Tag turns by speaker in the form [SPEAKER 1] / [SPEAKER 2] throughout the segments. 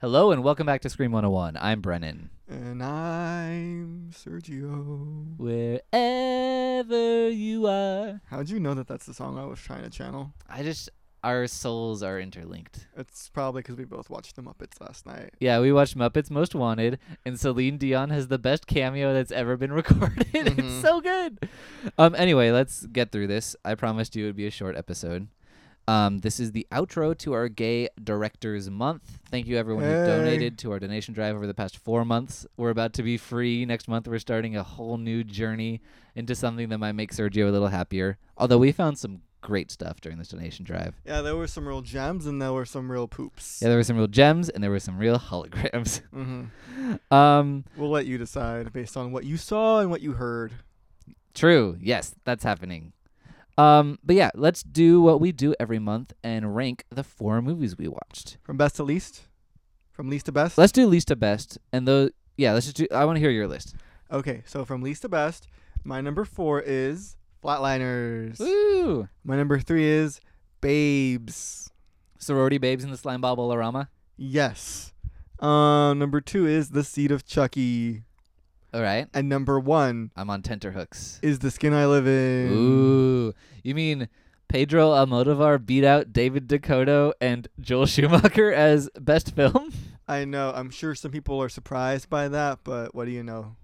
[SPEAKER 1] Hello and welcome back to Scream 101. I'm Brennan.
[SPEAKER 2] And I'm Sergio.
[SPEAKER 1] Wherever you are.
[SPEAKER 2] How'd you know that that's the song I was trying to channel?
[SPEAKER 1] I just, our souls are interlinked.
[SPEAKER 2] It's probably because we both watched The Muppets last night.
[SPEAKER 1] Yeah, we watched Muppets Most Wanted, and Celine Dion has the best cameo that's ever been recorded. it's
[SPEAKER 2] Mhm.
[SPEAKER 1] so good. Um, anyway, let's get through this. I promised you it would be a short episode. Um, this is the outro to our Gay Directors Month. Thank you, everyone who
[SPEAKER 2] Hey.
[SPEAKER 1] donated to our donation drive over the past four months. We're about to be free next month. We're starting a whole new journey into something that might make Sergio a little happier. Although we found some great stuff during this donation drive.
[SPEAKER 2] Yeah, there were some real gems and there were some real poops.
[SPEAKER 1] Yeah, there were some real gems and there were some real holograms.
[SPEAKER 2] hmm
[SPEAKER 1] um,
[SPEAKER 2] We'll let you decide based on what you saw and what you heard.
[SPEAKER 1] True. Yes, that's happening. Um, but yeah, let's do what we do every month and rank the four movies we watched.
[SPEAKER 2] From best to least? From least to best?
[SPEAKER 1] Let's do least to best, and those. Yeah, let's just do. I want to hear your list.
[SPEAKER 2] okay, so from least to best, my number four is Flatliners.
[SPEAKER 1] Woo!
[SPEAKER 2] My number three is Babes.
[SPEAKER 1] Sorority babes in the slime bobble-orama.
[SPEAKER 2] Yes. Um, number two is The Seed of Chucky.
[SPEAKER 1] All right,
[SPEAKER 2] And number one
[SPEAKER 1] I'm on tenterhooks.
[SPEAKER 2] is The Skin I Live In.
[SPEAKER 1] Ooh, you mean Pedro Almodovar beat out David Dakota and Joel Schumacher as best film?
[SPEAKER 2] I know. I'm sure some people are surprised by that, but what do you know?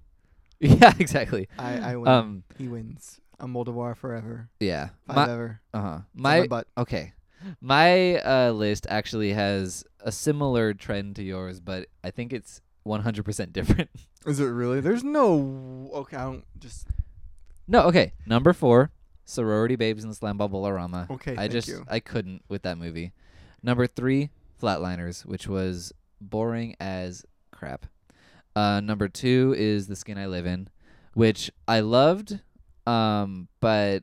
[SPEAKER 1] yeah, exactly.
[SPEAKER 2] I, I win.
[SPEAKER 1] Um,
[SPEAKER 2] he wins. I'm Moldavar forever.
[SPEAKER 1] yeah.
[SPEAKER 2] Five
[SPEAKER 1] My,
[SPEAKER 2] ever.
[SPEAKER 1] uh-huh.
[SPEAKER 2] It's on
[SPEAKER 1] My
[SPEAKER 2] my butt.
[SPEAKER 1] Okay. My uh, list actually has a similar trend to yours, but I think it's 100% different.
[SPEAKER 2] Is it really? There's no. Okay, I don't. Just.
[SPEAKER 1] no, okay. Number four, Sorority Babes in the Slam Bubble-orama.
[SPEAKER 2] Okay,
[SPEAKER 1] I
[SPEAKER 2] thank
[SPEAKER 1] just,
[SPEAKER 2] you.
[SPEAKER 1] I couldn't with that movie. Number three, Flatliners, which was boring as crap. Uh, number two is The Skin I Live In, which I loved, um, but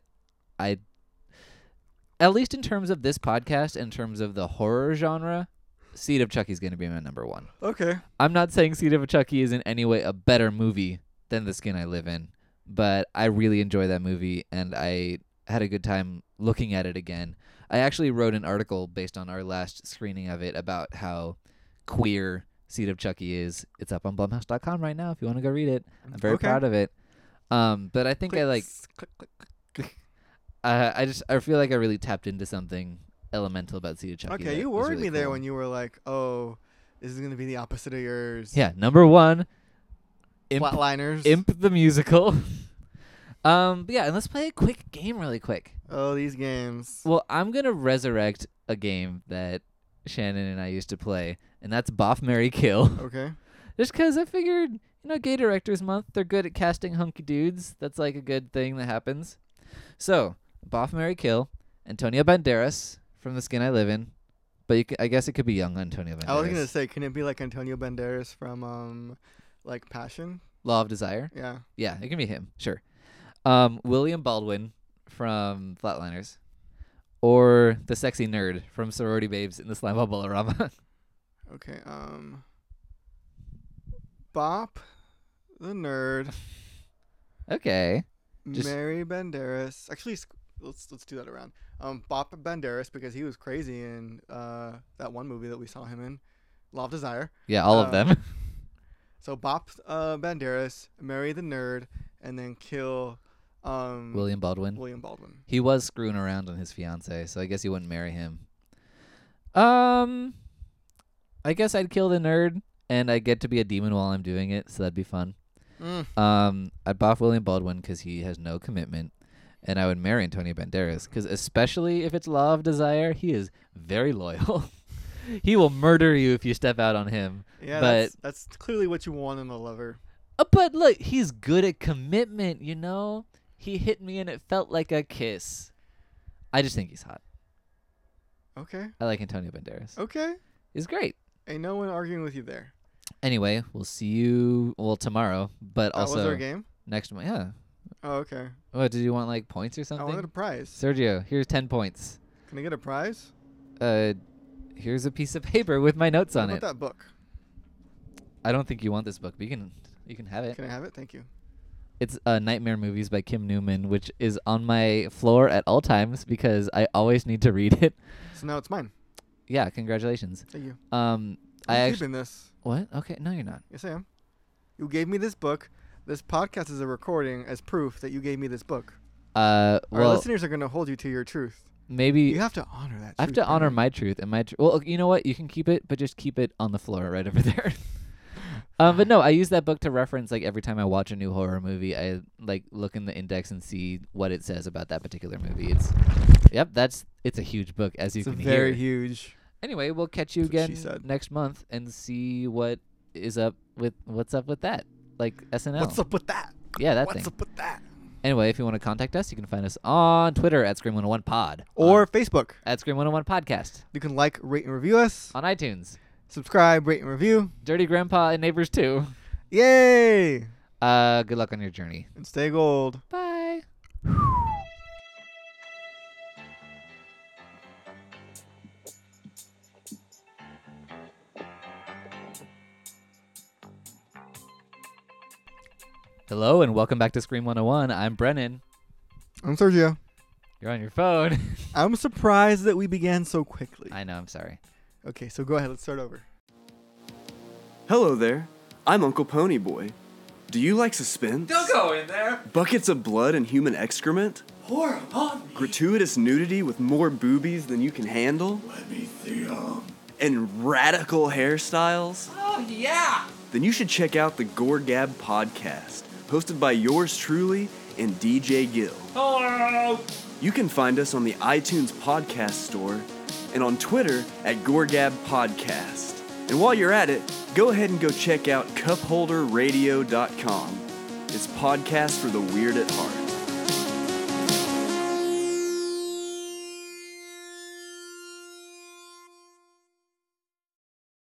[SPEAKER 1] I, at least in terms of this podcast, in terms of the horror genre, Seed of Chucky is going to be my number one.
[SPEAKER 2] Okay.
[SPEAKER 1] I'm not saying Seed of Chucky is in any way a better movie than The Skin I Live In, but I really enjoy that movie and I had a good time looking at it again. I actually wrote an article based on our last screening of it about how queer Seed of Chucky is. It's up on Blumhouse.com right now if you want to go read it. I'm very
[SPEAKER 2] Okay.
[SPEAKER 1] proud of it. Um, but I think I like
[SPEAKER 2] Click, click, click.
[SPEAKER 1] uh, I just I feel like I really tapped into something elemental about Seed of Chucky.
[SPEAKER 2] Okay,
[SPEAKER 1] that
[SPEAKER 2] you
[SPEAKER 1] was
[SPEAKER 2] worried
[SPEAKER 1] really
[SPEAKER 2] me there
[SPEAKER 1] cool.
[SPEAKER 2] when you were like, oh, this is going to be the opposite of yours.
[SPEAKER 1] yeah number one. Imp-
[SPEAKER 2] Flatliners.
[SPEAKER 1] Imp the musical. um, but yeah, and let's play a quick game really quick.
[SPEAKER 2] Oh, these games.
[SPEAKER 1] Well, I'm gonna resurrect a game that Shannon and I used to play, and that's Boff Mary Kill.
[SPEAKER 2] Okay.
[SPEAKER 1] Just 'cause I figured, you know, Gay Directors Month, they're good at casting hunky dudes. That's like a good thing that happens. So, Boff Mary Kill, Antonio Banderas from The Skin I Live In, but you c- I guess it could be young Antonio Banderas.
[SPEAKER 2] I was going to say, can it be like Antonio Banderas from, um, like, Passion?
[SPEAKER 1] Law of Desire.
[SPEAKER 2] Yeah.
[SPEAKER 1] Yeah, it can be him. Sure. Um, William Baldwin from Flatliners, or the sexy nerd from Sorority Babes in the Slime Ball Ballarama.
[SPEAKER 2] Okay. Um. Bop, the nerd,
[SPEAKER 1] okay. Just-
[SPEAKER 2] Mary Banderas. Actually, sc- let's let's do that around. Um, Bop Banderas because he was crazy in uh that one movie that we saw him in, Law of Desire.
[SPEAKER 1] Yeah, all
[SPEAKER 2] Uh,
[SPEAKER 1] of them.
[SPEAKER 2] So Bop uh, Banderas, Mary the nerd, and then kill um
[SPEAKER 1] William Baldwin.
[SPEAKER 2] William Baldwin.
[SPEAKER 1] He was screwing around on his fiance, so I guess he wouldn't marry him. Um, I guess I'd kill the nerd, and I get to be a demon while I'm doing it, so that'd be fun.
[SPEAKER 2] Mm.
[SPEAKER 1] Um, I'd boff William Baldwin 'cause he has no commitment, and I would marry Antonio Banderas 'cause especially if it's Law of Desire, he is very loyal. he will murder you if you step out on him.
[SPEAKER 2] Yeah,
[SPEAKER 1] but-
[SPEAKER 2] that's, that's clearly what you want in a lover.
[SPEAKER 1] Uh, but look, he's good at commitment. You know, he hit me and it felt like a kiss. I just think he's hot.
[SPEAKER 2] Okay.
[SPEAKER 1] I like Antonio Banderas.
[SPEAKER 2] Okay.
[SPEAKER 1] He's great.
[SPEAKER 2] Ain't no one arguing with you there.
[SPEAKER 1] Anyway, we'll see you well tomorrow, but
[SPEAKER 2] That Oh, was our
[SPEAKER 1] also
[SPEAKER 2] game.
[SPEAKER 1] next month. Yeah.
[SPEAKER 2] Oh, okay.
[SPEAKER 1] What did you want? Like points or
[SPEAKER 2] I wanted
[SPEAKER 1] something?
[SPEAKER 2] a prize.
[SPEAKER 1] Sergio, here's ten points.
[SPEAKER 2] Can I get a prize?
[SPEAKER 1] uh, here's a piece of paper with my notes
[SPEAKER 2] What
[SPEAKER 1] on
[SPEAKER 2] about
[SPEAKER 1] it.
[SPEAKER 2] that book?
[SPEAKER 1] I don't think you want this book, but you can you can have it.
[SPEAKER 2] Can I have it? Thank you.
[SPEAKER 1] It's uh, Nightmare Movies by Kim Newman, which is on my floor at all times because I always need to read it.
[SPEAKER 2] So now it's mine.
[SPEAKER 1] Yeah, congratulations.
[SPEAKER 2] Thank you.
[SPEAKER 1] Um, I
[SPEAKER 2] I'm
[SPEAKER 1] actu-
[SPEAKER 2] keeping this.
[SPEAKER 1] What? Okay, no, you're not.
[SPEAKER 2] Yes, I am. You gave me this book. This podcast is a recording as proof that you gave me this book.
[SPEAKER 1] Uh,
[SPEAKER 2] Our
[SPEAKER 1] well,
[SPEAKER 2] listeners are going to hold you to your truth.
[SPEAKER 1] maybe
[SPEAKER 2] You have to honor that.
[SPEAKER 1] I have
[SPEAKER 2] truth,
[SPEAKER 1] to honor
[SPEAKER 2] Brandon.
[SPEAKER 1] my truth and my. Tr- well, you know what? You can keep it, but just keep it on the floor right over there. um, but no, I use that book to reference. Like every time I watch a new horror movie, I like look in the index and see what it says about that particular movie. It's yep, that's it's a huge book as you
[SPEAKER 2] It's a
[SPEAKER 1] can
[SPEAKER 2] very
[SPEAKER 1] hear.
[SPEAKER 2] huge.
[SPEAKER 1] anyway, we'll catch you
[SPEAKER 2] That's what she
[SPEAKER 1] again
[SPEAKER 2] said.
[SPEAKER 1] next month and see what is up with what's up with that. Like SNL.
[SPEAKER 2] What's up with that?
[SPEAKER 1] Yeah, that
[SPEAKER 2] What's
[SPEAKER 1] thing. Uh,
[SPEAKER 2] up with that?
[SPEAKER 1] Anyway, if you want to contact us, you can find us on Twitter at Scream 101 Pod.
[SPEAKER 2] Or Facebook.
[SPEAKER 1] at Scream 101 Podcast
[SPEAKER 2] You can like, rate, and review us.
[SPEAKER 1] on iTunes.
[SPEAKER 2] Subscribe, rate, and review.
[SPEAKER 1] Dirty Grandpa and Neighbors too.
[SPEAKER 2] Yay!
[SPEAKER 1] Uh, good luck on your journey.
[SPEAKER 2] And stay gold.
[SPEAKER 1] Bye. Hello and welcome back to Scream 101. I'm Brennan.
[SPEAKER 2] I'm Sergio.
[SPEAKER 1] You're on your phone.
[SPEAKER 2] I'm surprised that we began so quickly.
[SPEAKER 1] I know, I'm sorry.
[SPEAKER 2] Okay, so go ahead. Let's start over.
[SPEAKER 3] Hello there. I'm Uncle Ponyboy. Do you like suspense?
[SPEAKER 4] Don't go in there.
[SPEAKER 3] Buckets of blood and human excrement?
[SPEAKER 4] Pour upon me.
[SPEAKER 3] Gratuitous nudity with more boobies than you can handle?
[SPEAKER 4] Let me see 'em.
[SPEAKER 3] And radical hairstyles?
[SPEAKER 4] Oh yeah.
[SPEAKER 3] Then you should check out the Gore Gab podcast, hosted by yours truly and DJ Gill.
[SPEAKER 4] Hello.
[SPEAKER 3] You can find us on the iTunes Podcast Store and on Twitter at Gorgab Podcast. And while you're at it, go ahead and go check out cupholderradio.com. It's podcast for the weird at heart.